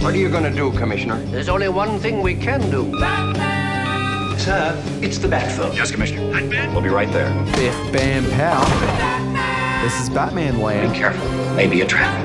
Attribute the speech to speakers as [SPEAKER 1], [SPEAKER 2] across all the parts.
[SPEAKER 1] What are you going to do, Commissioner?
[SPEAKER 2] There's only one thing we can do.
[SPEAKER 3] Sir, it's the bat phone.
[SPEAKER 4] Yes, Commissioner. Batman? We'll be right there.
[SPEAKER 5] Biff, bam, pow. This is Batman
[SPEAKER 3] Be
[SPEAKER 5] Land.
[SPEAKER 3] careful. Maybe a trap.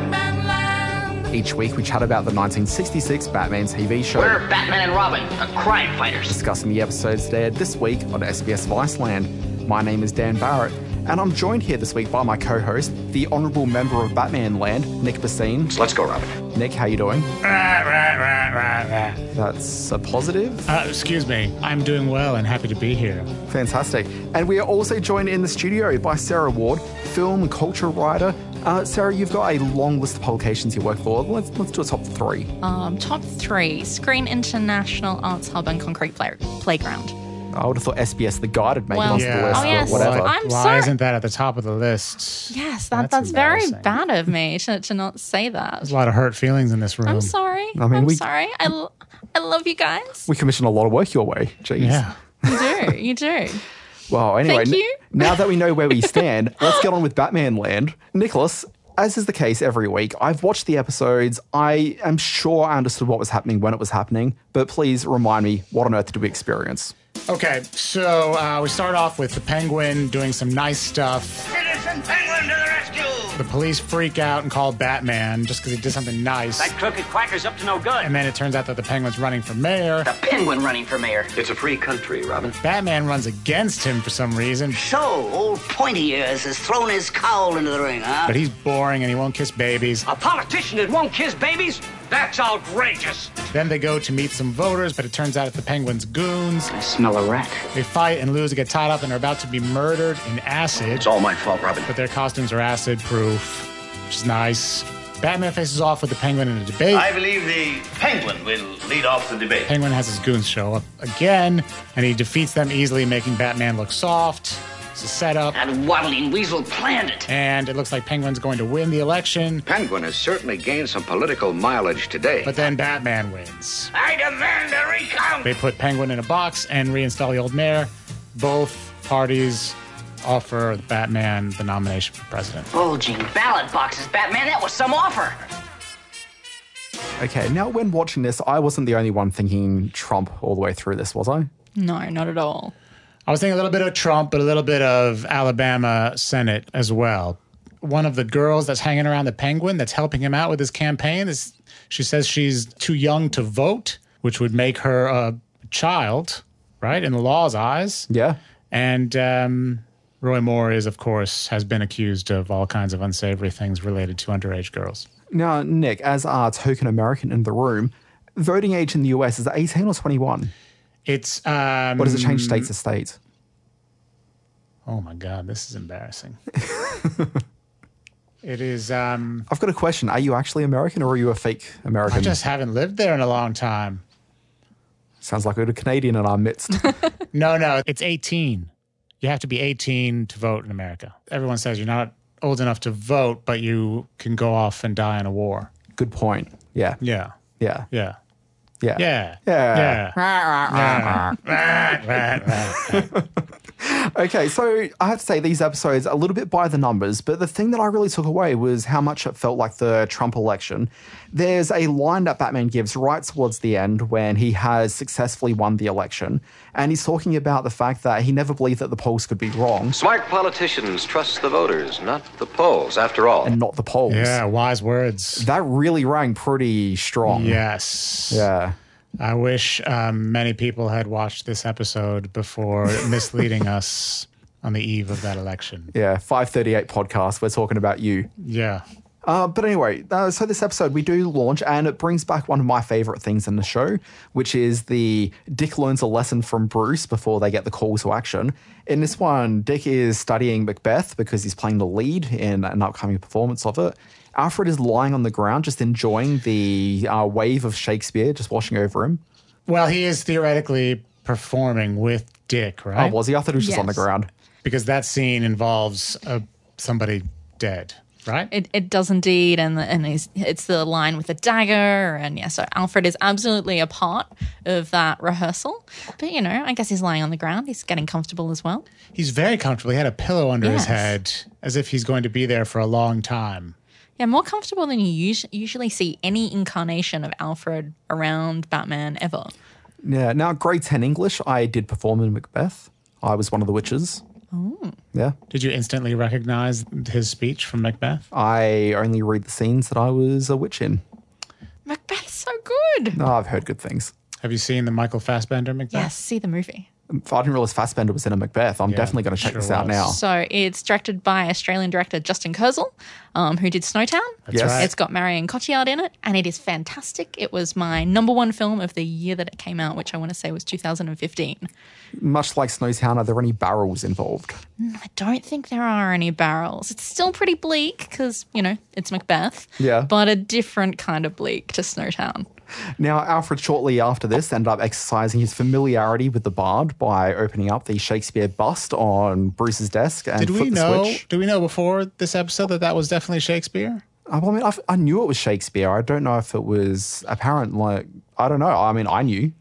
[SPEAKER 5] Each week, we chat about the 1966 Batman TV show.
[SPEAKER 6] We're Batman and Robin, the crime fighters.
[SPEAKER 5] discussing the episodes they aired this week on SBS Viceland. My name is Dan Barrett, and I'm joined here this week by my co-host, the honourable member of Batman Land, Nick Bassine.
[SPEAKER 4] So let's go, Robin.
[SPEAKER 5] Nick, how you doing?
[SPEAKER 7] Rah, rah, rah, rah, rah.
[SPEAKER 5] That's a positive.
[SPEAKER 7] Uh, excuse me. I'm doing well and happy to be here.
[SPEAKER 5] Fantastic. And we are also joined in the studio by Sarah Ward, film and culture writer. Uh, Sarah, you've got a long list of publications you work for. Let's let's do a top three.
[SPEAKER 8] Um, top three Screen International Arts Hub and Concrete Play- Playground.
[SPEAKER 5] I would have thought SBS The Guide would make it
[SPEAKER 8] Well-
[SPEAKER 5] onto
[SPEAKER 8] Yeah.
[SPEAKER 5] the list,
[SPEAKER 8] Oh, yes.
[SPEAKER 5] but whatever.
[SPEAKER 8] I'm
[SPEAKER 7] why
[SPEAKER 8] sorry.
[SPEAKER 7] isn't that at the top of the list?
[SPEAKER 8] Yes, that, that's, very
[SPEAKER 7] embarrassing.
[SPEAKER 8] bad of me to, to not say that.
[SPEAKER 7] There's a lot of hurt feelings in this room.
[SPEAKER 8] I'm sorry. I
[SPEAKER 5] mean,
[SPEAKER 8] am
[SPEAKER 5] we-
[SPEAKER 8] sorry. I, l- I love you guys.
[SPEAKER 5] we commission a lot of work your way. Jeez.
[SPEAKER 7] Yeah.
[SPEAKER 8] You do. You do.
[SPEAKER 5] Well, anyway,
[SPEAKER 8] Thank
[SPEAKER 5] n-
[SPEAKER 8] you.
[SPEAKER 5] now that we know where we stand, let's get on with Batman Land. Nicholas, as is the case every week, I've watched the episodes. I am sure I understood what was happening when it was happening, but please remind me what on earth did we experience?
[SPEAKER 7] Okay, so uh, we start off with the penguin doing some nice stuff.
[SPEAKER 4] Citizen Penguin to the rescue!
[SPEAKER 7] The police freak out and call Batman just because he did something nice.
[SPEAKER 6] crooked quacker's up to no good.
[SPEAKER 7] And then it turns out that the penguin's running for mayor.
[SPEAKER 6] The penguin running for mayor.
[SPEAKER 1] It's a free country, Robin.
[SPEAKER 7] Batman runs against him for some reason,
[SPEAKER 3] So, old pointy ears has thrown his cowl into the ring, huh?
[SPEAKER 7] but he's boring and he won't kiss babies.
[SPEAKER 6] A politician that won't kiss babies? That's outrageous.
[SPEAKER 7] Then they go to meet some voters, but it turns out it's the penguin's goons.
[SPEAKER 6] I smell a rat.
[SPEAKER 7] They fight and lose, get tied up, and are about to be murdered in acid.
[SPEAKER 4] It's all my fault, Robin.
[SPEAKER 7] But their costumes are acid proof, which is nice. Batman faces off with the penguin in a debate.
[SPEAKER 9] I believe the penguin will lead off the debate.
[SPEAKER 7] Penguin has his goons show up again, and he defeats them easily, making Batman look soft. It's a setup,
[SPEAKER 6] That waddling weasel planned it.
[SPEAKER 7] and it looks like Penguin's going to win the election,
[SPEAKER 3] Penguin has certainly gained some political mileage today.
[SPEAKER 7] but then Batman wins.
[SPEAKER 6] I demand a recount.
[SPEAKER 7] They put Penguin in a box and reinstall the old mayor. Both parties offer Batman the nomination for president.
[SPEAKER 6] Bulging ballot boxes, Batman. That was some offer.
[SPEAKER 5] Okay, now when watching this, I wasn't the only one thinking Trump all the way through this, was I?
[SPEAKER 8] No, not at all.
[SPEAKER 7] I was thinking a little bit of Trump, but a little bit of Alabama Senate as well. One of the girls that's hanging around the Penguin that's helping him out with his campaign is she says she's too young to vote, which would make her a child, right, in the law's eyes.
[SPEAKER 5] Yeah.
[SPEAKER 7] And um, Roy Moore is, of course, has been accused of all kinds of unsavory things related to underage girls.
[SPEAKER 5] Now, Nick, as our token American in the room, voting age in the US is it 18 or 21?
[SPEAKER 7] It's um,
[SPEAKER 5] Or does it change state to state?
[SPEAKER 7] Oh my god, this is embarrassing. it is. Um,
[SPEAKER 5] I've got a question. Are you actually American or are you a fake American?
[SPEAKER 7] I just haven't lived there in a long time.
[SPEAKER 5] Sounds like we're a Canadian in our midst.
[SPEAKER 7] No, no, it's 18. You have to be 18 to vote in America. Everyone says you're not old enough to vote, but you can go off and die in a war.
[SPEAKER 5] Good point. Yeah.
[SPEAKER 7] Yeah,
[SPEAKER 5] Yeah.
[SPEAKER 7] yeah,
[SPEAKER 5] Yeah.
[SPEAKER 7] yeah,
[SPEAKER 5] Yeah.
[SPEAKER 7] yeah.
[SPEAKER 5] Yeah. Okay, so I have to say these episodes are a little bit by the numbers, but the thing that I really took away was how much it felt like the Trump election. There's a line that Batman gives right towards the end when he has successfully won the election, and he's talking about the fact that he never believed that the polls could be wrong
[SPEAKER 1] Smart politicians trust the voters, not the polls, after all.
[SPEAKER 5] and not the polls.
[SPEAKER 7] Yeah, wise words.
[SPEAKER 5] That really rang pretty strong.
[SPEAKER 7] Yes.
[SPEAKER 5] Yeah.
[SPEAKER 7] I wish um, many people had watched this episode before misleading us on the eve of that election.
[SPEAKER 5] Yeah. 538 podcast. We're talking about you.
[SPEAKER 7] Yeah.
[SPEAKER 5] Uh, but anyway, uh, so this episode we do launch, and it brings back one of my favorite things in the show, which is the Dick learns a lesson from Bruce before they get the call to action. In this one, Dick is studying Macbeth because he's playing the lead in an upcoming performance of it. Alfred is lying on the ground, just enjoying the uh, wave of Shakespeare just washing over him.
[SPEAKER 7] Well, he is theoretically performing with Dick,
[SPEAKER 5] Oh,
[SPEAKER 7] right?
[SPEAKER 5] was he? I thought he was just on the
[SPEAKER 8] Yes.
[SPEAKER 5] ground.
[SPEAKER 7] because that scene involves uh, somebody dead, right?
[SPEAKER 8] It, it does indeed, and the, and he's, it's the line with the dagger, and yeah. So Alfred is absolutely a part of that rehearsal, but you know, I guess he's lying on the ground. He's getting comfortable as well.
[SPEAKER 7] he's very comfortable. He had a pillow under his
[SPEAKER 8] Yes.
[SPEAKER 7] head as if he's going to be there for a long time.
[SPEAKER 8] Yeah, more comfortable than you us- usually see any incarnation of Alfred around Batman ever.
[SPEAKER 5] Yeah. Now, grade 10 English, I did perform in Macbeth. I was one of the witches. Yeah.
[SPEAKER 7] Did you instantly recognize his speech from Macbeth?
[SPEAKER 5] I only read the scenes that I was a witch in.
[SPEAKER 8] Macbeth's so good.
[SPEAKER 5] No, I've heard good things.
[SPEAKER 7] Have you seen the Michael Fassbender Macbeth?
[SPEAKER 8] Yes, see the movie.
[SPEAKER 5] If I didn't realize Fassbender was in a Macbeth. I'm definitely going to check
[SPEAKER 7] sure
[SPEAKER 5] this out
[SPEAKER 7] was.
[SPEAKER 5] now.
[SPEAKER 8] So it's directed by Australian director Justin Kurzel, um, who did Snowtown.
[SPEAKER 5] yes.
[SPEAKER 7] right.
[SPEAKER 8] It's got Marion Cotillard in it, and it is fantastic. It was my number one film of the year that it came out, which I want to say was 2015.
[SPEAKER 5] Much like Snowtown, are there any barrels involved?
[SPEAKER 8] I don't think there are any barrels. It's still pretty bleak because, you know, it's Macbeth.
[SPEAKER 5] Yeah.
[SPEAKER 8] But a different kind of bleak to Snowtown.
[SPEAKER 5] Now, Alfred shortly after this ended up exercising his familiarity with the bard by opening up the Shakespeare bust on Bruce's desk and
[SPEAKER 7] Did
[SPEAKER 5] flipped
[SPEAKER 7] we
[SPEAKER 5] the
[SPEAKER 7] know?
[SPEAKER 5] switch.
[SPEAKER 7] Did we know before this episode that that was definitely Shakespeare?
[SPEAKER 5] I Um, I mean, I, I knew it was Shakespeare. I don't know if it was apparent. Like, I don't know. I mean, I knew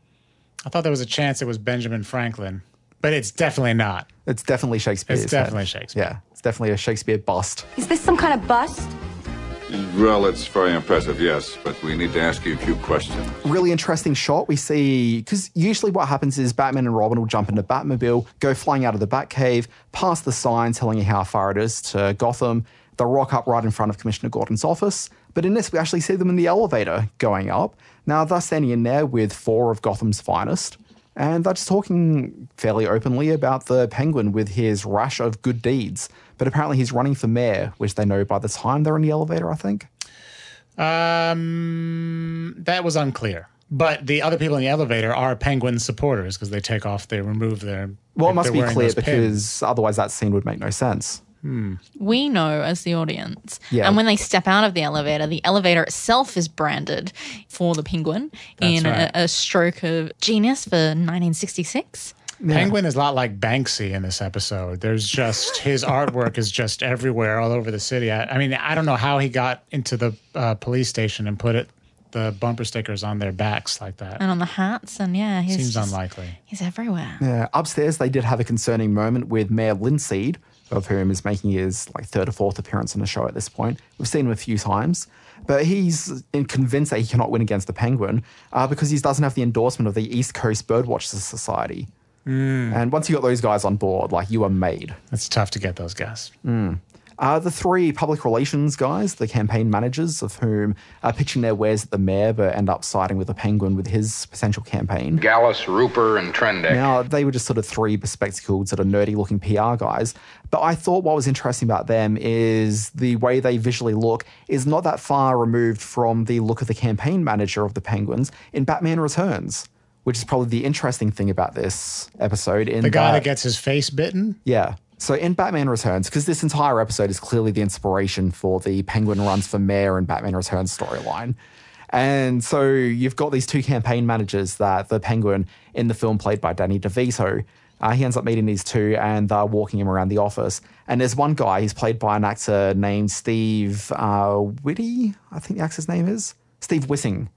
[SPEAKER 7] I thought there was a chance it was Benjamin Franklin, but it's definitely not.
[SPEAKER 5] it's definitely Shakespeare.
[SPEAKER 7] It's
[SPEAKER 5] isn't it?
[SPEAKER 7] definitely Shakespeare.
[SPEAKER 5] Yeah, it's definitely a Shakespeare bust.
[SPEAKER 10] Is this some kind of bust?
[SPEAKER 11] Well, it's very impressive, yes, but we need to ask you a few questions.
[SPEAKER 5] really interesting shot. We see because usually what happens is Batman and Robin will jump into Batmobile, go flying out of the Batcave, past the sign telling you how far it is to Gotham. They'll rock up right in front of Commissioner Gordon's office. But in this, we actually see them in the elevator going up. Now they're standing in there with four of Gotham's finest, and they're just talking fairly openly about the Penguin with his rash of good deeds. But apparently, he's running for mayor, which they know by the time they're in the elevator. I think.
[SPEAKER 7] Um, that was unclear. But the other people in the elevator are Penguin supporters because they take off, they remove their.
[SPEAKER 5] Well, it must
[SPEAKER 7] they're
[SPEAKER 5] be
[SPEAKER 7] wearing
[SPEAKER 5] clear
[SPEAKER 7] those pins.
[SPEAKER 5] because otherwise that scene would make no sense.
[SPEAKER 8] We know as the audience.
[SPEAKER 5] Yeah.
[SPEAKER 8] And when they step out of the elevator, the elevator itself is branded for the penguin in
[SPEAKER 7] right.
[SPEAKER 8] a, a stroke of genius for 1966.
[SPEAKER 7] Penguin is a lot like Banksy in this episode. There's just his artwork is just everywhere, all over the city. I, I mean, I don't know how he got into the uh, police station and put it the bumper stickers on their backs like that.
[SPEAKER 8] and on the hats and yeah, he's
[SPEAKER 7] Seems
[SPEAKER 8] just-
[SPEAKER 7] unlikely.
[SPEAKER 8] He's everywhere.
[SPEAKER 5] Uh, upstairs, they did have a concerning moment with Mayor Linseed, of whom is making his like third or fourth appearance on the show at this point. We've seen him a few times, but he's in- convinced that he cannot win against the Penguin uh, because he doesn't have the endorsement of the East Coast Birdwatchers Society. And once you got those guys on board, like you are made.
[SPEAKER 7] It's tough to get those guys.
[SPEAKER 5] Uh, the three public relations guys, the campaign managers, of whom are pitching their wares at the mayor but end up siding with the Penguin with his potential campaign.
[SPEAKER 12] Gallus, Ruper, and Trendeck.
[SPEAKER 5] Now, they were just sort of three bespectacled, sort of nerdy looking PR guys. But I thought what was interesting about them is the way they visually look is not that far removed from the look of the campaign manager of the Penguins in Batman Returns, which is probably the interesting thing about this episode. In
[SPEAKER 7] The guy that
[SPEAKER 5] that-
[SPEAKER 7] gets his face bitten.
[SPEAKER 5] yeah. So in Batman Returns, because this entire episode is clearly the inspiration for the Penguin runs for mayor and Batman Returns storyline. And so you've got these two campaign managers that the Penguin in the film, played by Danny DeVito, uh, he ends up meeting these two and they're walking him around the office. And there's one guy, he's played by an actor named Steve uh, Whitty, I think the actor's name is Steve Whitting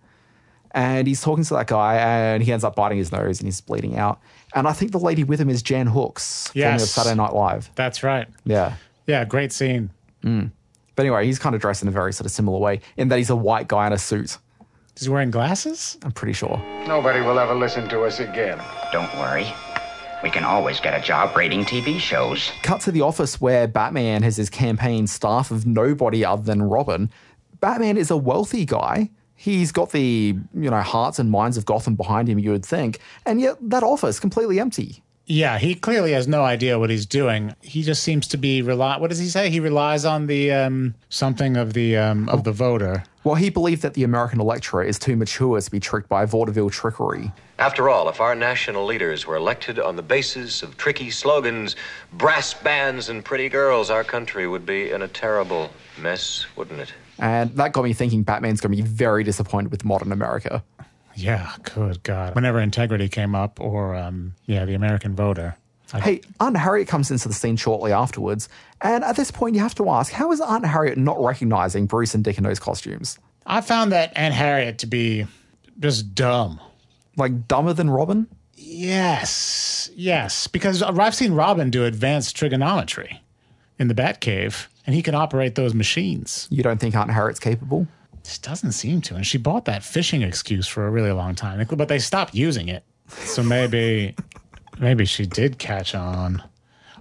[SPEAKER 5] and he's talking to that guy, and he ends up biting his nose and he's bleeding out. And I think the lady with him is Jan Hooks, formerly of
[SPEAKER 7] Yes.
[SPEAKER 5] Saturday Night Live.
[SPEAKER 7] That's right.
[SPEAKER 5] Yeah.
[SPEAKER 7] Yeah, great scene.
[SPEAKER 5] But anyway, he's kind of dressed in a very sort of similar way in that he's a white guy in a suit,
[SPEAKER 7] He's wearing glasses.
[SPEAKER 5] I'm pretty sure.
[SPEAKER 12] Nobody will ever listen to us again.
[SPEAKER 3] Don't worry. We can always get a job rating TV shows.
[SPEAKER 5] Cut to the office where Batman has his campaign staff of nobody other than Robin. Batman is a wealthy guy. He's got the, you know, hearts and minds of Gotham behind him, you would think. And yet that office completely empty.
[SPEAKER 7] Yeah, he clearly has no idea what he's doing. He just seems to be rely. What does he say? He relies on the um, something of the um, of the voter.
[SPEAKER 5] Well, he believed that the American electorate is too mature to be tricked by vaudeville trickery.
[SPEAKER 1] After all, if our national leaders were elected on the basis of tricky slogans, brass bands, and pretty girls, our country would be in a terrible mess, wouldn't it?
[SPEAKER 5] And that got me thinking Batman's going to be very disappointed with modern America.
[SPEAKER 7] Yeah, good God. Whenever integrity came up, or um, yeah, the American voter. I,
[SPEAKER 5] Hey, Aunt Harriet comes into the scene shortly afterwards. And at this point, you have to ask how is Aunt Harriet not recognizing Bruce and Dick in those costumes?
[SPEAKER 7] I found that Aunt Harriet to be just dumb.
[SPEAKER 5] Like, dumber than Robin?
[SPEAKER 7] Yes, yes, because I've seen Robin do advanced trigonometry in the Batcave, and he can operate those machines.
[SPEAKER 5] You don't think Aunt Harriet's capable?
[SPEAKER 7] Just doesn't seem to. And she bought that fishing excuse for a really long time, but they stopped using it. So maybe, maybe she did catch on.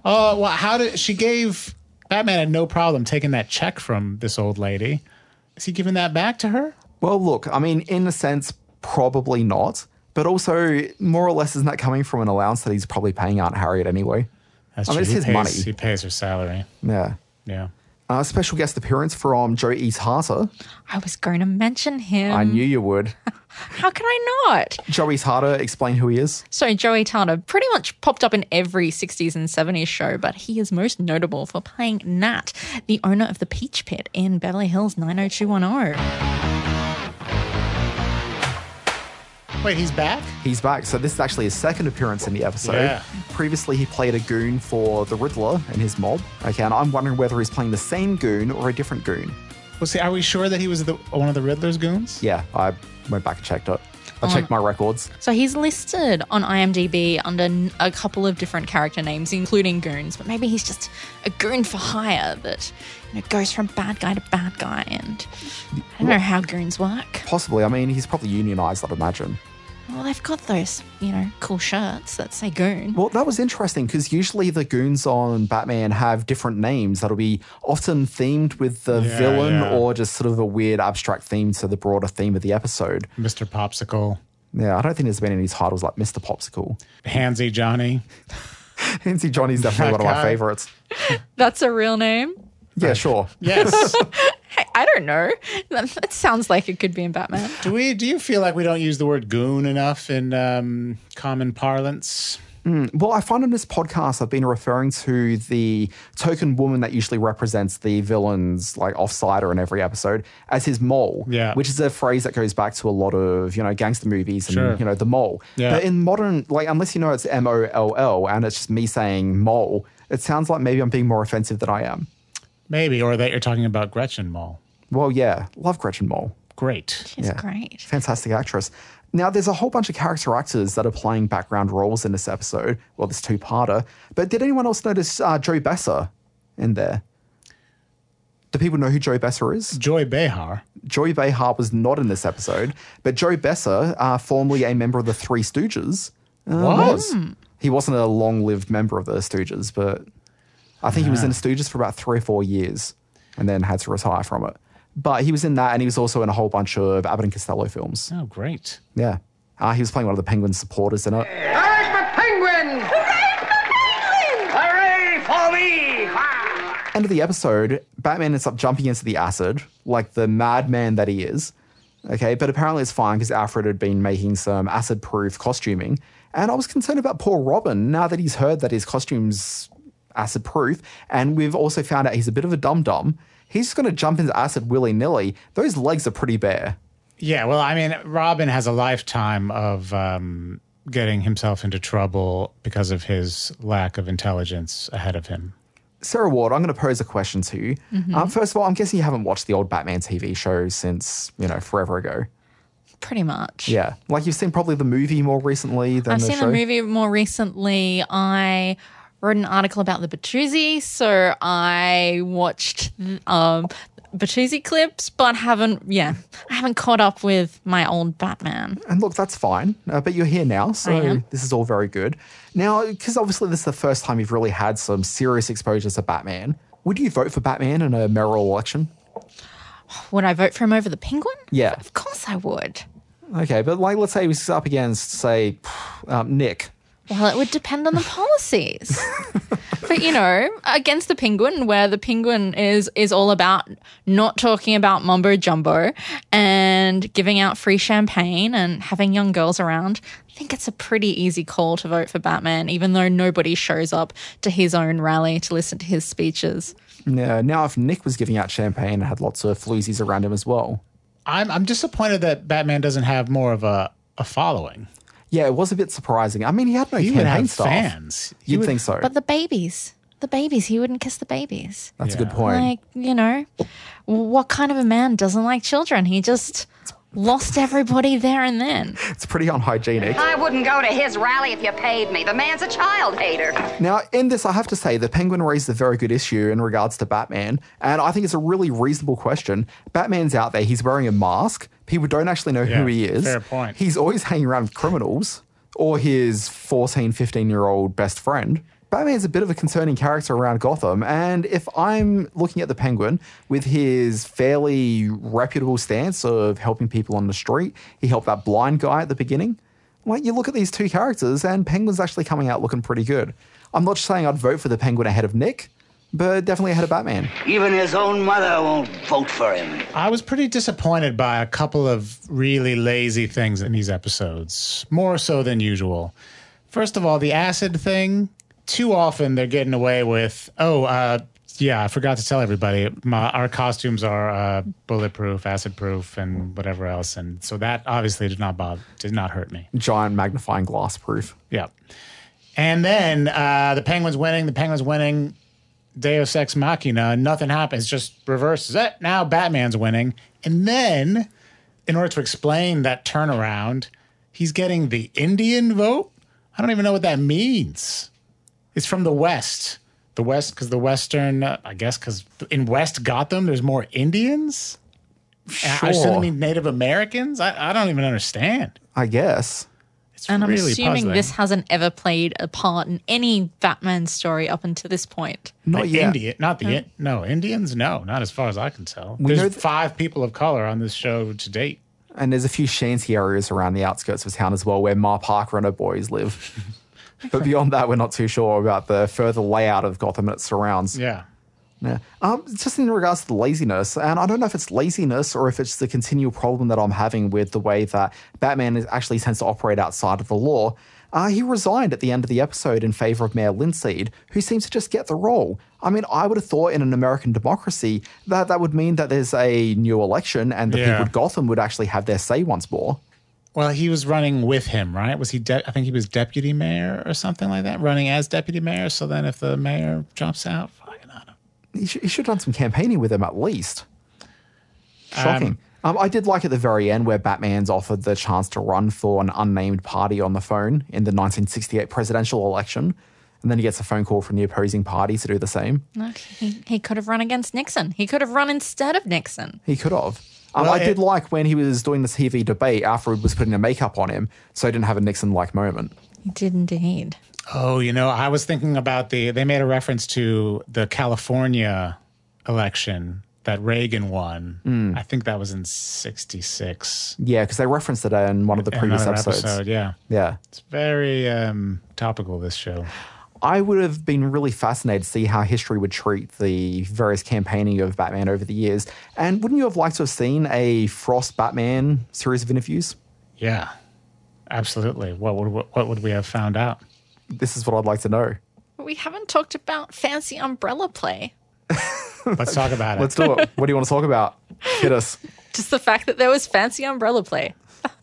[SPEAKER 7] Oh well, how did she gave Batman had no problem taking that check from this old lady? Is he giving that back to her?
[SPEAKER 5] Well, look, I mean, in a sense, probably not. But also, more or less, isn't that coming from an allowance that he's probably paying Aunt Harriet anyway?
[SPEAKER 7] That's
[SPEAKER 5] I mean,
[SPEAKER 7] true.
[SPEAKER 5] it's
[SPEAKER 7] he
[SPEAKER 5] Oh, his
[SPEAKER 7] pays,
[SPEAKER 5] money.
[SPEAKER 7] He pays her salary.
[SPEAKER 5] Yeah.
[SPEAKER 7] Yeah.
[SPEAKER 5] Uh, special guest appearance from Joe E. Harter.
[SPEAKER 8] I was going to mention him.
[SPEAKER 5] I knew you would.
[SPEAKER 8] How can I not?
[SPEAKER 5] Joe E. Harter, explain who he is.
[SPEAKER 8] So Joey Tata pretty much popped up in every 60s and 70s show, but he is most notable for playing Nat, the owner of the Peach Pit in Beverly Hills 90210.
[SPEAKER 7] Wait, he's back?
[SPEAKER 5] He's back. So this is actually his second appearance in the episode.
[SPEAKER 7] Yeah.
[SPEAKER 5] Previously, he played a goon for the Riddler and his mob. Okay, and I'm wondering whether he's playing the same goon or a different goon.
[SPEAKER 7] Well, see, are we sure that he was the, one of the Riddler's goons?
[SPEAKER 5] Yeah, I went back and checked it. I checked my records.
[SPEAKER 8] So he's listed on IMDb under n- a couple of different character names, including goons, but maybe he's just a goon for hire that you know, goes from bad guy to bad guy. And I don't know how goons work.
[SPEAKER 5] Possibly. I mean, he's probably unionized, I'd imagine.
[SPEAKER 8] Well, they've got those, you know, cool shirts that say goon.
[SPEAKER 5] Well, that was interesting because usually the goons on Batman have different names that'll be often themed with the
[SPEAKER 7] Yeah,
[SPEAKER 5] villain
[SPEAKER 7] yeah.
[SPEAKER 5] or just sort of a weird abstract theme to the broader theme of the episode.
[SPEAKER 7] Mr. Popsicle,
[SPEAKER 5] Yeah, I don't think there's been any titles like Mr. Popsicle.
[SPEAKER 7] Hansy Johnny.
[SPEAKER 5] Nancy Johnny's definitely one of my
[SPEAKER 7] Okay.
[SPEAKER 5] favorites.
[SPEAKER 8] That's a real name.
[SPEAKER 5] Yeah, sure.
[SPEAKER 7] Yes.
[SPEAKER 8] I, I don't know. That, that sounds like it could be in Batman.
[SPEAKER 7] do we? Do you feel like we don't use the word goon enough in um, common parlance?
[SPEAKER 5] Well, I find on this podcast I've been referring to the token woman that usually represents the villain's like offsider in every episode as his mole,
[SPEAKER 7] Yeah.
[SPEAKER 5] which is a phrase that goes back to a lot of you know gangster movies and
[SPEAKER 7] Sure.
[SPEAKER 5] you know the mole.
[SPEAKER 7] Yeah.
[SPEAKER 5] But in modern, like unless you know it's M O L L and it's just me saying mole, it sounds like maybe I'm being more offensive than I am.
[SPEAKER 7] Maybe, or that you're talking about Gretchen Mall.
[SPEAKER 5] Well, yeah, love Gretchen Mole.
[SPEAKER 7] Great.
[SPEAKER 8] It's
[SPEAKER 5] Yeah.
[SPEAKER 8] great.
[SPEAKER 5] Fantastic actress. Now, there's a whole bunch of character actors that are playing background roles in this episode. Well, this two parter. But did anyone else notice uh, Joe Besser in there? Do people know who Joe Besser is?
[SPEAKER 7] Joy Behar.
[SPEAKER 5] Joy Behar was not in this episode, but Joe Besser, uh, formerly a member of the Three Stooges, uh,
[SPEAKER 7] What?
[SPEAKER 5] was. He wasn't a long lived member of the Stooges, but I think he was in the Stooges for about three or four years and then had to retire from it. But he was in that, and he was also in a whole bunch of Abbott and Costello films.
[SPEAKER 7] Oh, great.
[SPEAKER 5] Yeah. Uh, he was playing one of the Penguin supporters in it.
[SPEAKER 2] There's the penguin!
[SPEAKER 6] Hooray for me! Ah!
[SPEAKER 5] End of the episode, Batman ends up jumping into the acid, like the madman that he is. Okay, but apparently it's fine because Alfred had been making some acid proof costuming. And I was concerned about poor Robin now that he's heard that his costume's acid proof. And we've also found out he's a bit of a dum dum. He's just going to jump into acid willy nilly. Those legs are pretty bare.
[SPEAKER 7] Yeah, well, I mean, Robin has a lifetime of um, getting himself into trouble because of his lack of intelligence ahead of him.
[SPEAKER 5] Sarah Ward, I'm going to pose a question to you. Um, first of all, I'm guessing you haven't watched the old Batman TV show since, you know, forever ago.
[SPEAKER 8] Pretty much.
[SPEAKER 5] Yeah, like you've seen probably the movie more recently than
[SPEAKER 8] I've
[SPEAKER 5] the
[SPEAKER 8] seen
[SPEAKER 5] show.
[SPEAKER 8] the movie more recently. I wrote an article about the Bertuzzi, so I watched um, Bertuzzi clips, but haven't. Yeah, I haven't caught up with my old Batman.
[SPEAKER 5] And look, that's fine. Uh, but you're here now,
[SPEAKER 8] I
[SPEAKER 5] so
[SPEAKER 8] am.
[SPEAKER 5] this is all very good. Now, because obviously this is the first time you've really had some serious exposure to Batman. Would you vote for Batman in a mayoral election?
[SPEAKER 8] Would I vote for him over the Penguin?
[SPEAKER 5] Yeah.
[SPEAKER 8] of course I would.
[SPEAKER 5] Okay, but like, let's say he's up against, say, um, Nick.
[SPEAKER 8] Well, it would depend on the policies. but you know, against the penguin, where the penguin is is all about not talking about mumbo jumbo and giving out free champagne and having young girls around, I think it's a pretty easy call to vote for Batman, even though nobody shows up to his own rally to listen to his speeches.
[SPEAKER 5] Now, now, if Nick was giving out champagne and had lots of floozies around him as well.
[SPEAKER 7] I'm, I'm disappointed that Batman doesn't have more of a, a following.
[SPEAKER 5] Yeah, it was a bit surprising. I mean, he had no
[SPEAKER 7] He would
[SPEAKER 5] campaign
[SPEAKER 7] have
[SPEAKER 5] staff.
[SPEAKER 7] fans. He
[SPEAKER 5] You'd
[SPEAKER 7] would-
[SPEAKER 5] think so.
[SPEAKER 8] But the babies, the babies, he wouldn't kiss the babies.
[SPEAKER 5] That's a
[SPEAKER 7] Yeah.
[SPEAKER 5] good point.
[SPEAKER 8] Like, you know, what kind of a man doesn't like children? He just lost everybody there and then.
[SPEAKER 5] It's pretty unhygienic.
[SPEAKER 10] I wouldn't go to his rally if you paid me. The man's a child hater.
[SPEAKER 5] Now, in this, I have to say, the Penguin raised a very good issue in regards to Batman, and I think it's a really reasonable question. Batman's out there, he's wearing a mask. People don't actually know
[SPEAKER 7] Yeah,
[SPEAKER 5] who he is.
[SPEAKER 7] fair point.
[SPEAKER 5] He's always hanging around with criminals or his 14, 15 year old best friend. Batman's a bit of a concerning character around Gotham, and if I'm looking at the Penguin with his fairly reputable stance of helping people on the street, he helped that blind guy at the beginning. Like, you look at these two characters, and Penguin's actually coming out looking pretty good. I'm not saying I'd vote for the Penguin ahead of Nick, but definitely ahead of Batman.
[SPEAKER 3] Even his own mother won't vote for him.
[SPEAKER 7] I was pretty disappointed by a couple of really lazy things in these episodes, more so than usual. First of all, the acid thing, too often they're getting away with, oh, uh, yeah, I forgot to tell everybody. My, our costumes are uh, bulletproof, acid proof, and whatever else. And so that obviously did not bother, did not hurt me.
[SPEAKER 5] Giant magnifying glass proof.
[SPEAKER 7] Yeah. And then uh, the Penguins winning, the Penguins winning, Deus Ex Machina, nothing happens, just reverses it. Now Batman's winning. And then, in order to explain that turnaround, he's getting the Indian vote. I don't even know what that means. It's from the West. The West, because the Western, uh, I guess, because in West Gotham, there's more Indians. I
[SPEAKER 5] Sure.
[SPEAKER 7] shouldn't mean Native Americans. I, I don't even understand.
[SPEAKER 5] I guess.
[SPEAKER 7] It's
[SPEAKER 8] And I'm
[SPEAKER 7] really
[SPEAKER 8] assuming
[SPEAKER 7] puzzling.
[SPEAKER 8] this hasn't ever played a part in any Batman story up until this point.
[SPEAKER 5] Not
[SPEAKER 7] the
[SPEAKER 5] yet.
[SPEAKER 7] Indian, not the in- no Indians. No, not as far as I can tell.
[SPEAKER 5] We know
[SPEAKER 7] There's
[SPEAKER 5] th-
[SPEAKER 7] five people of color on this show to date.
[SPEAKER 5] And there's a few shanty areas around the outskirts of town as well where Ma Parker and her boys live. but beyond that, we're not too sure about the further layout of Gotham and its surrounds.
[SPEAKER 7] Yeah,
[SPEAKER 5] Yeah. Um, just in regards to the laziness, and I don't know if it's laziness or if it's the continual problem that I'm having with the way that Batman is, actually tends to operate outside of the law. Uh, he resigned at the end of the episode in favor of Mayor Linseed, who seems to just get the role. I mean, I would have thought in an American democracy that that would mean that there's a new election and the
[SPEAKER 7] Yeah.
[SPEAKER 5] people of Gotham would actually have their say once more.
[SPEAKER 7] Well, he was running with him, right? Was he? De- I think he was deputy mayor or something like that, running as deputy mayor. So then, if the mayor jumps out, fucking I don't know.
[SPEAKER 5] He, sh- he should have done some campaigning with him at least. Shocking. Um, I did like at the very end where Batman's offered the chance to run for an unnamed party on the phone in the 1968 presidential election. And then he gets a phone call from the opposing party to do the same.
[SPEAKER 8] Look, he, he could have run against Nixon. He could have run instead of Nixon.
[SPEAKER 5] He could have. Um,
[SPEAKER 7] Well,
[SPEAKER 5] I did
[SPEAKER 7] it-
[SPEAKER 5] like when he was doing the TV debate, Alfred was putting the makeup on him, so he didn't have a Nixon like moment.
[SPEAKER 8] He did indeed.
[SPEAKER 7] Oh, you know, I was thinking about the. They made a reference to the California election that Reagan won. I think that was in '66.
[SPEAKER 5] Yeah, because they referenced it in one of the previous
[SPEAKER 7] Another
[SPEAKER 5] episodes.
[SPEAKER 7] episode, yeah.
[SPEAKER 5] Yeah.
[SPEAKER 7] It's very um, topical. This show.
[SPEAKER 5] I would have been really fascinated to see how history would treat the various campaigning of Batman over the years. And wouldn't you have liked to have seen a Frost Batman series of interviews?
[SPEAKER 7] Yeah, absolutely. What would what, what would we have found out?
[SPEAKER 5] This is what I'd like to know.
[SPEAKER 8] But we haven't talked about fancy umbrella play.
[SPEAKER 7] Let's talk about it.
[SPEAKER 5] Let's do it. what do you want to talk about? Hit us.
[SPEAKER 8] Just the fact that there was fancy umbrella play.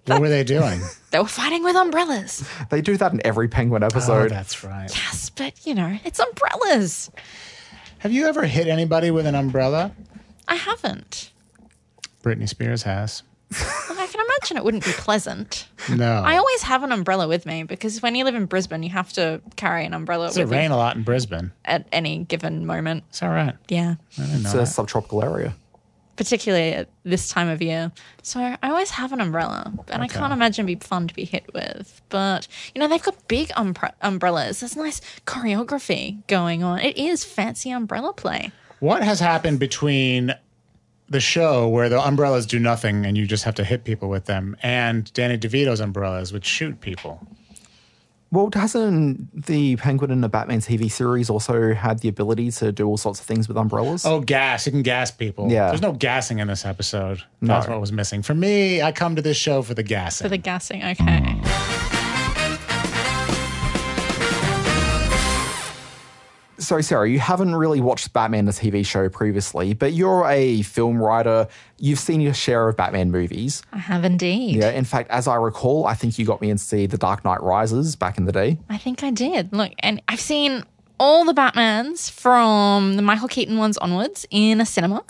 [SPEAKER 7] what were they doing?
[SPEAKER 8] They were fighting with umbrellas.
[SPEAKER 5] They do that in every Penguin
[SPEAKER 7] oh,
[SPEAKER 5] episode.
[SPEAKER 7] that's right.
[SPEAKER 8] Yes, but you know, it's umbrellas.
[SPEAKER 7] Have you ever hit anybody with an umbrella?
[SPEAKER 8] I haven't.
[SPEAKER 7] Britney Spears has.
[SPEAKER 8] Look, I can imagine it wouldn't be pleasant.
[SPEAKER 7] No.
[SPEAKER 8] I always have an umbrella with me because when you live in Brisbane, you have to carry an umbrella
[SPEAKER 7] Does it
[SPEAKER 8] with you
[SPEAKER 7] rain a lot in Brisbane?
[SPEAKER 8] at any given moment.
[SPEAKER 7] It's all right.
[SPEAKER 8] Yeah,
[SPEAKER 5] it's a subtropical area.
[SPEAKER 8] particularly at this time of year. So I always have an umbrella, and I can't imagine it'd be fun to be hit with. But you know, they've got big umpre- umbrellas. There's nice choreography going on. It is fancy umbrella play.
[SPEAKER 7] What has happened between the show where the umbrellas do nothing and you just have to hit people with them and Danny DeVito's umbrellas which shoot people?
[SPEAKER 5] Well, hasn't the Penguin and the Batman TV series also had the ability to do all sorts of things with umbrellas?
[SPEAKER 7] Oh, gas. You can gas people.
[SPEAKER 5] Yeah.
[SPEAKER 7] There's no gassing in this episode. That's what was missing. For me, I come to this show for the gassing.
[SPEAKER 8] For the gassing, okay.
[SPEAKER 5] so Sarah, you haven't really watched Batman the TV show previously, but you're a film writer. You've seen your share of Batman movies.
[SPEAKER 8] I have indeed.
[SPEAKER 5] Yeah, in fact, as I recall, I think you got me and see The Dark Knight Rises back in the day.
[SPEAKER 8] I think I did. Look, and I've seen all the Batmans from the Michael Keaton ones onwards in a cinema.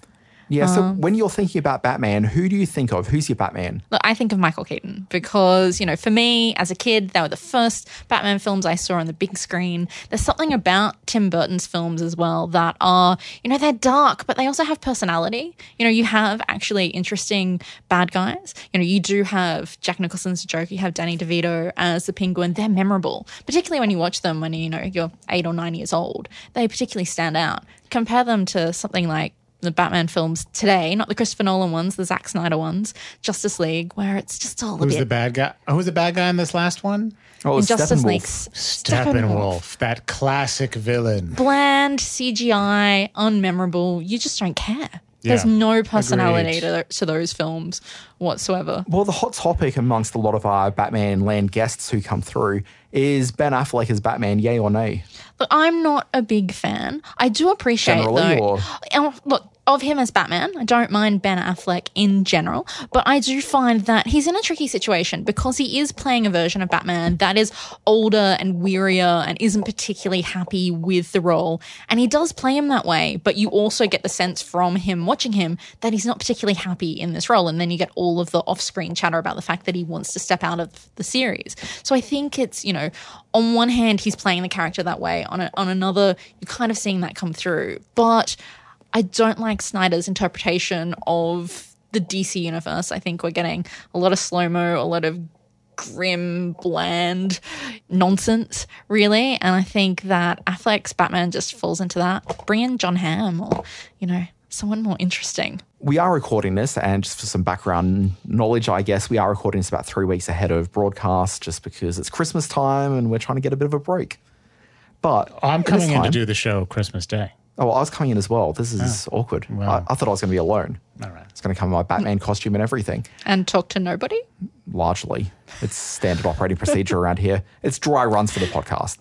[SPEAKER 5] Yeah, so
[SPEAKER 8] Um,
[SPEAKER 5] when you're thinking about Batman, who do you think of? Who's your Batman?
[SPEAKER 8] Look, I think of Michael Keaton because, you know, for me as a kid, they were the first Batman films I saw on the big screen. There's something about Tim Burton's films as well that are, you know, they're dark, but they also have personality. You know, you have actually interesting bad guys. You know, you do have Jack Nicholson's Joker, you have Danny DeVito as the penguin. They're memorable, particularly when you watch them when, you know, you're eight or nine years old. They particularly stand out. Compare them to something like the Batman films today, not the Christopher Nolan ones, the Zack Snyder ones, Justice League, where it's just all a
[SPEAKER 7] Who's
[SPEAKER 8] bit.
[SPEAKER 7] the bad guy? Oh, Who's the bad guy in this last one?
[SPEAKER 5] Oh, it's
[SPEAKER 8] Justice
[SPEAKER 5] Steppenwolf.
[SPEAKER 8] League's Steppenwolf.
[SPEAKER 7] Steppenwolf, that classic villain.
[SPEAKER 8] Bland CGI, unmemorable. You just don't care. There's
[SPEAKER 7] Yeah.
[SPEAKER 8] no personality
[SPEAKER 7] Agreed.
[SPEAKER 8] to, to those films whatsoever.
[SPEAKER 5] Well, the hot topic amongst a lot of our Batman land guests who come through is Ben Affleck as Batman, yay or nay?
[SPEAKER 8] Look, I'm not a big fan. I do appreciate
[SPEAKER 5] Generally,
[SPEAKER 8] though.
[SPEAKER 5] or-
[SPEAKER 8] Oh, Look. Of him as Batman, I don't mind Ben Affleck in general, but I do find that he's in a tricky situation because he is playing a version of Batman that is older and wearier and isn't particularly happy with the role. And he does play him that way, but you also get the sense from him watching him that he's not particularly happy in this role. And then you get all of the off screen chatter about the fact that he wants to step out of the series. So I think it's, you know, on one hand, he's playing the character that way. On, a, on another, you're kind of seeing that come through. But I don't like Snyder's interpretation of the DC universe. I think we're getting a lot of slow mo, a lot of grim, bland nonsense, really. And I think that Affleck's Batman just falls into that. Bring in John Hamm or, you know, someone more interesting.
[SPEAKER 5] we are recording this, and just for some background knowledge, I guess we are recording this about three weeks ahead of broadcast just because it's Christmas time and we're trying to get a bit of a break. But
[SPEAKER 7] I'm
[SPEAKER 5] at this
[SPEAKER 7] coming in to
[SPEAKER 5] time-
[SPEAKER 7] do Ah, the show Christmas Day.
[SPEAKER 5] Oh, well, I was coming in as well. This is awkward. I, I thought I was going to be alone. All right. It's going to come in my Batman costume and everything,
[SPEAKER 8] And talk to nobody?
[SPEAKER 5] largely. It's standard operating procedure around here. It's dry runs for the podcast.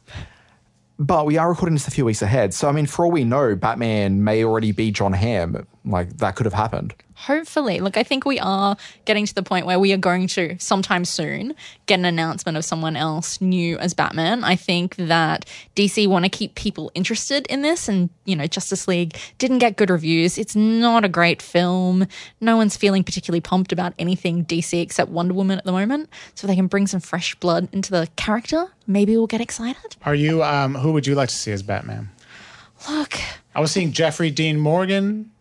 [SPEAKER 5] But we are recording this a few weeks ahead. So, I mean, for all we know, Batman may already be John Hamm. Like, that could have happened.
[SPEAKER 8] Hopefully. Look, I think we are getting to the point where we are going to sometime soon get an announcement of someone else new as Batman. I think that DC want to keep people interested in this and, you know, Justice League didn't get good reviews. It's not a great film. No one's feeling particularly pumped about anything DC except Wonder Woman at the moment. So if they can bring some fresh blood into the character, maybe we'll get excited.
[SPEAKER 7] Are you? Um, who would you like to see as Batman?
[SPEAKER 8] Look,
[SPEAKER 7] I was seeing Jeffrey Dean Morgan.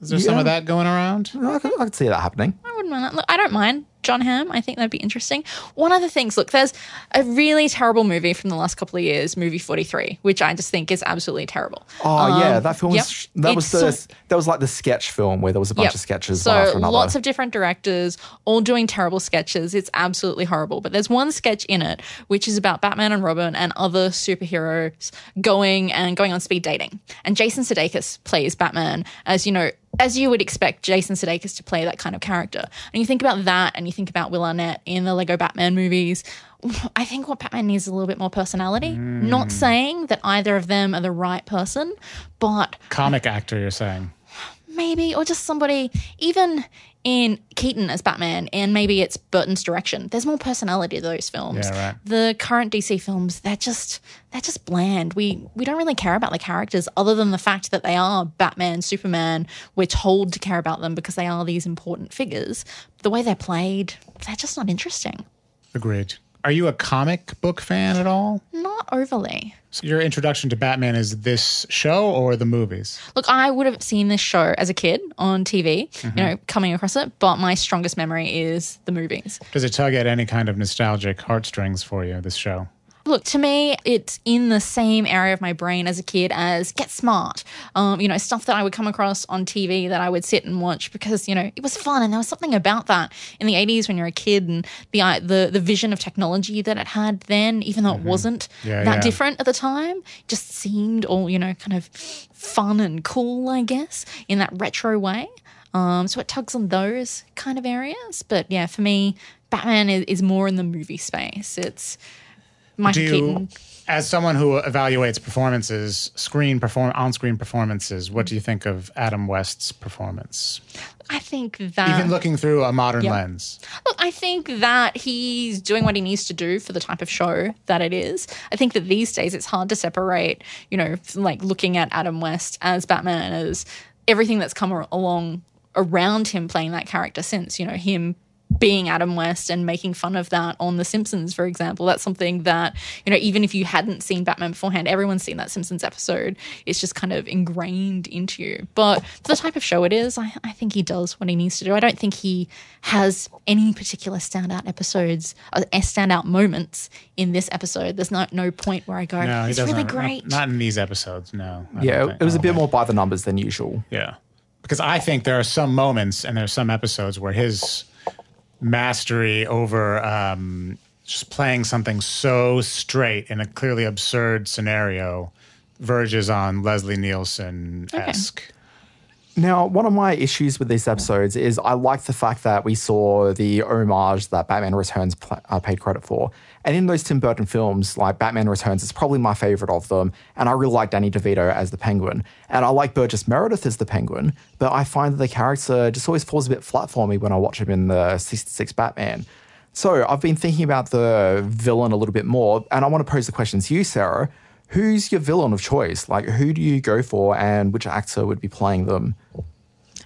[SPEAKER 7] Is there some
[SPEAKER 5] Yeah.
[SPEAKER 7] of that going around?
[SPEAKER 5] I could, I could see that happening.
[SPEAKER 8] I wouldn't mind that. Look, I don't mind John Hamm. I think that'd be interesting. One of the things, look, there's a really terrible movie from the last couple of years, movie 43, which I just think is absolutely terrible.
[SPEAKER 5] Oh yeah, that film
[SPEAKER 8] Um, yep.
[SPEAKER 5] was that was
[SPEAKER 8] It's
[SPEAKER 5] the
[SPEAKER 8] so-
[SPEAKER 5] that was like the sketch film where there was a bunch
[SPEAKER 8] Yep.
[SPEAKER 5] of sketches
[SPEAKER 8] So
[SPEAKER 5] one after another.
[SPEAKER 8] lots of different directors, all doing terrible sketches. It's absolutely horrible. But there's one sketch in it which is about Batman and Robin and other superheroes going and going on speed dating. And Jason Sudeikis plays Batman as you know. As you would expect Jason Sudeikis to play that kind of character. And you think about that and you think about Will Arnett in the Lego Batman movies. I think what Batman needs is a little bit more personality. Not
[SPEAKER 5] Hmm.
[SPEAKER 8] saying that either of them are the right person, but
[SPEAKER 7] Comic actor, you're saying?
[SPEAKER 8] maybe, or just somebody, even in Keaton as Batman, and maybe it's Burton's direction. There's more personality to those films.
[SPEAKER 7] Yeah, right.
[SPEAKER 8] The current DC films, they're just they're just bland. We we don't really care about the characters other than the fact that they are Batman, Superman. We're told to care about them because they are these important figures. The way they're played, they're just not interesting.
[SPEAKER 7] Agreed. Are you a comic book fan at all?
[SPEAKER 8] Not overly.
[SPEAKER 7] So your introduction to Batman is this show or the movies?
[SPEAKER 8] Look, I would have seen this show as a kid on TV,
[SPEAKER 7] Mm-hmm.
[SPEAKER 8] you know, coming across it, but my strongest memory is the movies.
[SPEAKER 7] Does it tug at any kind of nostalgic heartstrings for you? This show.
[SPEAKER 8] Look, to me, it's in the same area of my brain as a kid as Get Smart. Um, you know, stuff that I would come across on TV that I would sit and watch because, you know, it was fun. And there was something about that in the 80s when you're a kid and the i- the, the vision of technology that it had then, even though it wasn't
[SPEAKER 7] Mm-hmm. Yeah,
[SPEAKER 8] that
[SPEAKER 7] yeah.
[SPEAKER 8] different at the time, just seemed all, you know, kind of fun and cool, I guess, in that retro way. Um, so it tugs on those kind of areas. But yeah, for me, Batman is, is more in the movie space. It's. Michael
[SPEAKER 7] do you,
[SPEAKER 8] Keaton.
[SPEAKER 7] as someone who evaluates performances, screen perform on-screen performances, what do you think of Adam West's performance?
[SPEAKER 8] I think that
[SPEAKER 7] Even looking through a modern
[SPEAKER 8] Um, yeah.
[SPEAKER 7] lens,
[SPEAKER 8] Look, I think that he's doing what he needs to do for the type of show that it is. I think that these days it's hard to separate, you know, like looking at Adam West as Batman as everything that's come ar- along around him playing that character since, you know, him being Adam West and making fun of that on The Simpsons, for example. That's something that, you know, even if you hadn't seen Batman beforehand, everyone's seen that Simpsons episode. It's just kind of ingrained into you. But for the type of show it is, I, I think he does what he needs to do. I don't think he has any particular standout episodes, uh, standout moments in this episode. There's not no point where I go,
[SPEAKER 7] No, he
[SPEAKER 8] it's
[SPEAKER 7] doesn't.
[SPEAKER 8] really
[SPEAKER 7] not-
[SPEAKER 8] great.
[SPEAKER 7] Not, in these episodes. No. I
[SPEAKER 5] yeah,
[SPEAKER 7] don't
[SPEAKER 5] it,
[SPEAKER 7] think-
[SPEAKER 5] it was a
[SPEAKER 7] oh,
[SPEAKER 5] bit
[SPEAKER 7] man.
[SPEAKER 5] more by the numbers than usual.
[SPEAKER 7] Yeah, because I think there are some moments and there are some episodes where his mastery over um, just playing something so straight in a clearly absurd scenario verges on Leslie Nielsen esque.
[SPEAKER 5] Now, one of my issues with these episodes is I like the fact that we saw the homage that Batman Returns pl- uh, paid credit for. And in those Tim Burton films, like Batman Returns is probably my favorite of them. And I really like Danny DeVito as the penguin. And I like Burgess Meredith as the penguin. But I find that the character just always falls a bit flat for me when I watch him in the 66 Batman. So I've been thinking about the villain a little bit more, and I want to pose the question to you, Sarah. Who's your villain of choice? Like, who do you go for, and which actor would be playing them?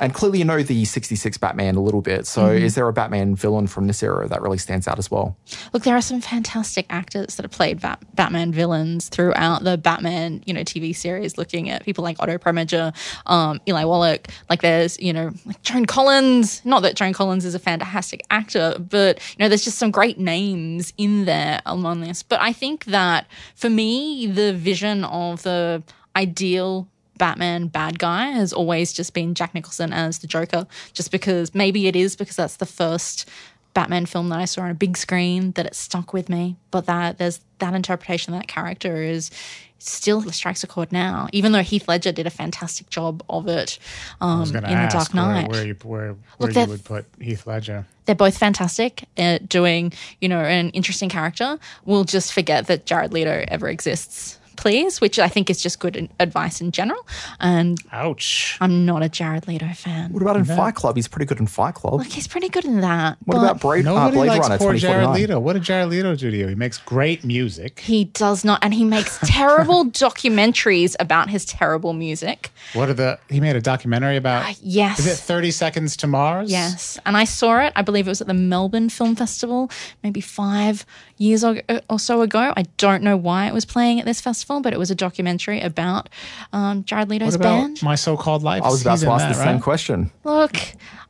[SPEAKER 5] And clearly, you know the 66 Batman a little bit. So,
[SPEAKER 7] Mm-hmm.
[SPEAKER 8] Mhm.
[SPEAKER 5] is there a Batman villain from this era that really stands out as well?
[SPEAKER 8] Look, there are some fantastic actors that have played Bat- Batman villains throughout the Batman, you know, TV series. Looking at people like Otto Preminger, um, Eli Wallach. Like there's, you know, like Joan Collins. Not that Joan Collins is a fantastic actor, but you know, there's just some great names in there among this. But I think that for me, the vision of the ideal Batman bad guy has always just been Jack Nicholson as the Joker, just because maybe it is because that's the first Batman film that I saw on a big screen that it stuck with me. But that there's that interpretation of that character is still strikes a chord now, even though Heath Ledger did a fantastic job of it
[SPEAKER 7] I
[SPEAKER 8] um,
[SPEAKER 7] was
[SPEAKER 8] in
[SPEAKER 7] going to
[SPEAKER 8] The
[SPEAKER 7] ask
[SPEAKER 8] Dark Knight.
[SPEAKER 7] where, where you where, where
[SPEAKER 8] Look,
[SPEAKER 7] you
[SPEAKER 8] that-
[SPEAKER 7] would put Heath Ledger.
[SPEAKER 8] They're both fantastic at doing, you know, an interesting character. We'll just forget that Jared Leto ever exists, please, which I think is just good advice in general. And
[SPEAKER 7] ouch,
[SPEAKER 8] I'm not a Jared Leto fan.
[SPEAKER 5] What about in Fight Club? He's pretty good in Fight Club.
[SPEAKER 8] Look, he's pretty good in that.
[SPEAKER 5] What
[SPEAKER 8] but
[SPEAKER 5] about Blade, uh,
[SPEAKER 7] Nobody
[SPEAKER 5] Blade
[SPEAKER 7] likes
[SPEAKER 5] Runner
[SPEAKER 7] poor Jared
[SPEAKER 5] 2049?
[SPEAKER 7] Leto. What did Jared Leto do to you? He makes great music.
[SPEAKER 8] He does not, and he makes terrible documentaries about his terrible music. Uh,
[SPEAKER 7] What are the? He made a documentary about.
[SPEAKER 8] Ah, yes.
[SPEAKER 7] Is it Thirty Seconds to Mars?
[SPEAKER 8] Yes, and I saw it. I believe it was at the Melbourne Film Festival, maybe five years or, or so ago. I don't know why it was playing at this festival, but it was a documentary about um, Jared
[SPEAKER 7] What
[SPEAKER 8] Leto's
[SPEAKER 7] about
[SPEAKER 8] band.
[SPEAKER 7] My So-Called Life?
[SPEAKER 5] I was about
[SPEAKER 7] He's
[SPEAKER 5] to
[SPEAKER 7] in
[SPEAKER 5] ask
[SPEAKER 7] that,
[SPEAKER 5] the same
[SPEAKER 7] right?
[SPEAKER 5] question.
[SPEAKER 8] Look,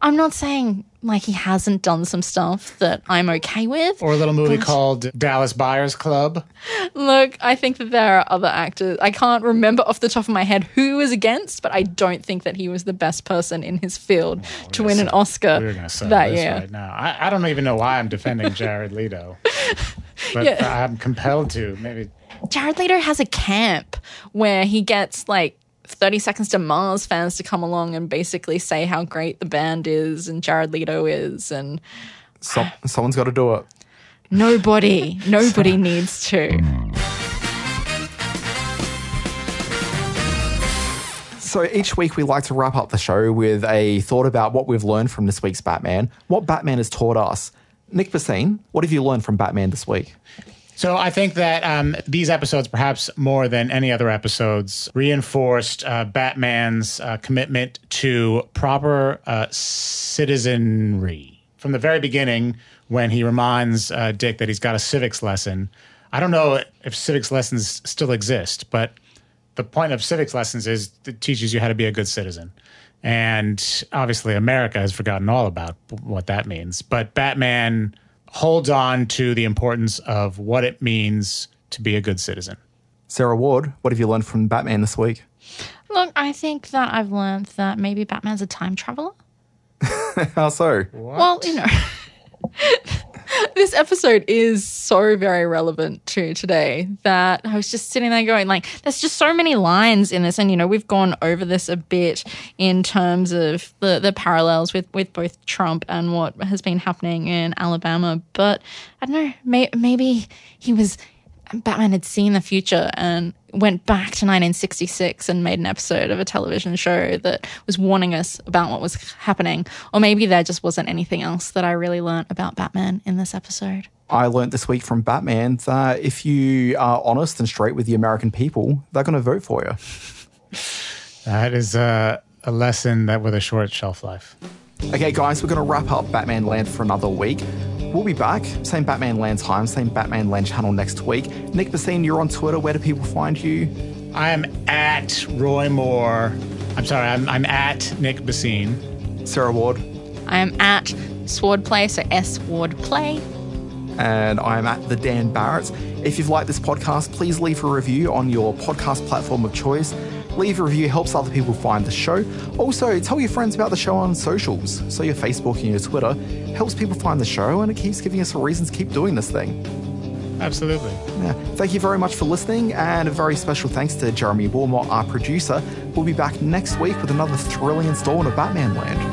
[SPEAKER 8] I'm not saying like he hasn't done some stuff that I'm okay with.
[SPEAKER 7] Or a little movie
[SPEAKER 8] but-
[SPEAKER 7] called Dallas Buyers Club.
[SPEAKER 8] Look, I think that there are other actors. I can't remember off the top of my head who he was against, but I don't think that he was the best person in his field to win an Oscar
[SPEAKER 7] Oh, We're gonna settle
[SPEAKER 8] that
[SPEAKER 7] this
[SPEAKER 8] year.
[SPEAKER 7] right now. I, I don't even know why I'm defending Jared Leto, but
[SPEAKER 8] Yeah.
[SPEAKER 7] I'm compelled to. Maybe
[SPEAKER 8] Jared Leto has a camp where he gets like 30 Seconds to Mars fans to come along and basically say how great the band is and Jared Leto is, and
[SPEAKER 5] So, someone's got to do it.
[SPEAKER 8] nobody, nobody needs to.
[SPEAKER 7] Hmm.
[SPEAKER 5] So each week we like to wrap up the show with a thought about what we've learned from this week's Batman, what Batman has taught us. Nick Bassine, what have you learned from Batman this week?
[SPEAKER 7] So I think that um, these episodes, perhaps more than any other episodes, reinforced uh, Batman's uh, commitment to proper uh, citizenry from the very beginning. When he reminds uh, Dick that he's got a civics lesson, I don't know if civics lessons still exist, but the point of civics lessons is it teaches you how to be a good citizen. And obviously, America has forgotten all about what that means. But Batman holds on to the importance of what it means to be a good citizen.
[SPEAKER 5] Sarah Ward, what have you learned from Batman this week?
[SPEAKER 8] Look, I think that I've learned that maybe Batman's a time traveler.
[SPEAKER 5] How so?
[SPEAKER 8] Well, you know, this episode is so very relevant to today that I was just sitting there going, like, there's just so many lines in this. And, you know, we've gone over this a bit in terms of the, the parallels with, with both Trump and what has been happening in Alabama. But I don't know, may, maybe he was. Batman had seen the future and went back to 1966 and made an episode of a television show that was warning us about what was happening. Or maybe there just wasn't anything else that I really learnt about Batman in this episode.
[SPEAKER 5] I learned this week from Batman that if you are honest and straight with the American people, they're going to vote for you.
[SPEAKER 7] That is uh, a lesson that with a short shelf life.
[SPEAKER 5] Okay, guys, we're going to wrap up Batman Land for another week. We'll be back, same Batman Land time, same Batman Land channel next week. Nick Bassine, you're on Twitter. Where do people find you?
[SPEAKER 7] I am at Roy Moore. I'm sorry, I'm, I'm at Nick Bassine.
[SPEAKER 5] Sarah Ward.
[SPEAKER 8] I am at Sword Play, so S Ward Play.
[SPEAKER 5] And I'm at the Dan Barrett. If you've liked this podcast, please leave a review on your podcast platform of choice. Leave a review helps other people find the show. Also, tell your friends about the show on socials. So your Facebook and your Twitter helps people find the show and it keeps giving us a reason to keep doing this thing.
[SPEAKER 7] Absolutely.
[SPEAKER 5] Yeah. Thank you very much for listening, and a very special thanks to Jeremy Wilmot, our producer. We'll be back next week with another thrilling installment of Batman Land.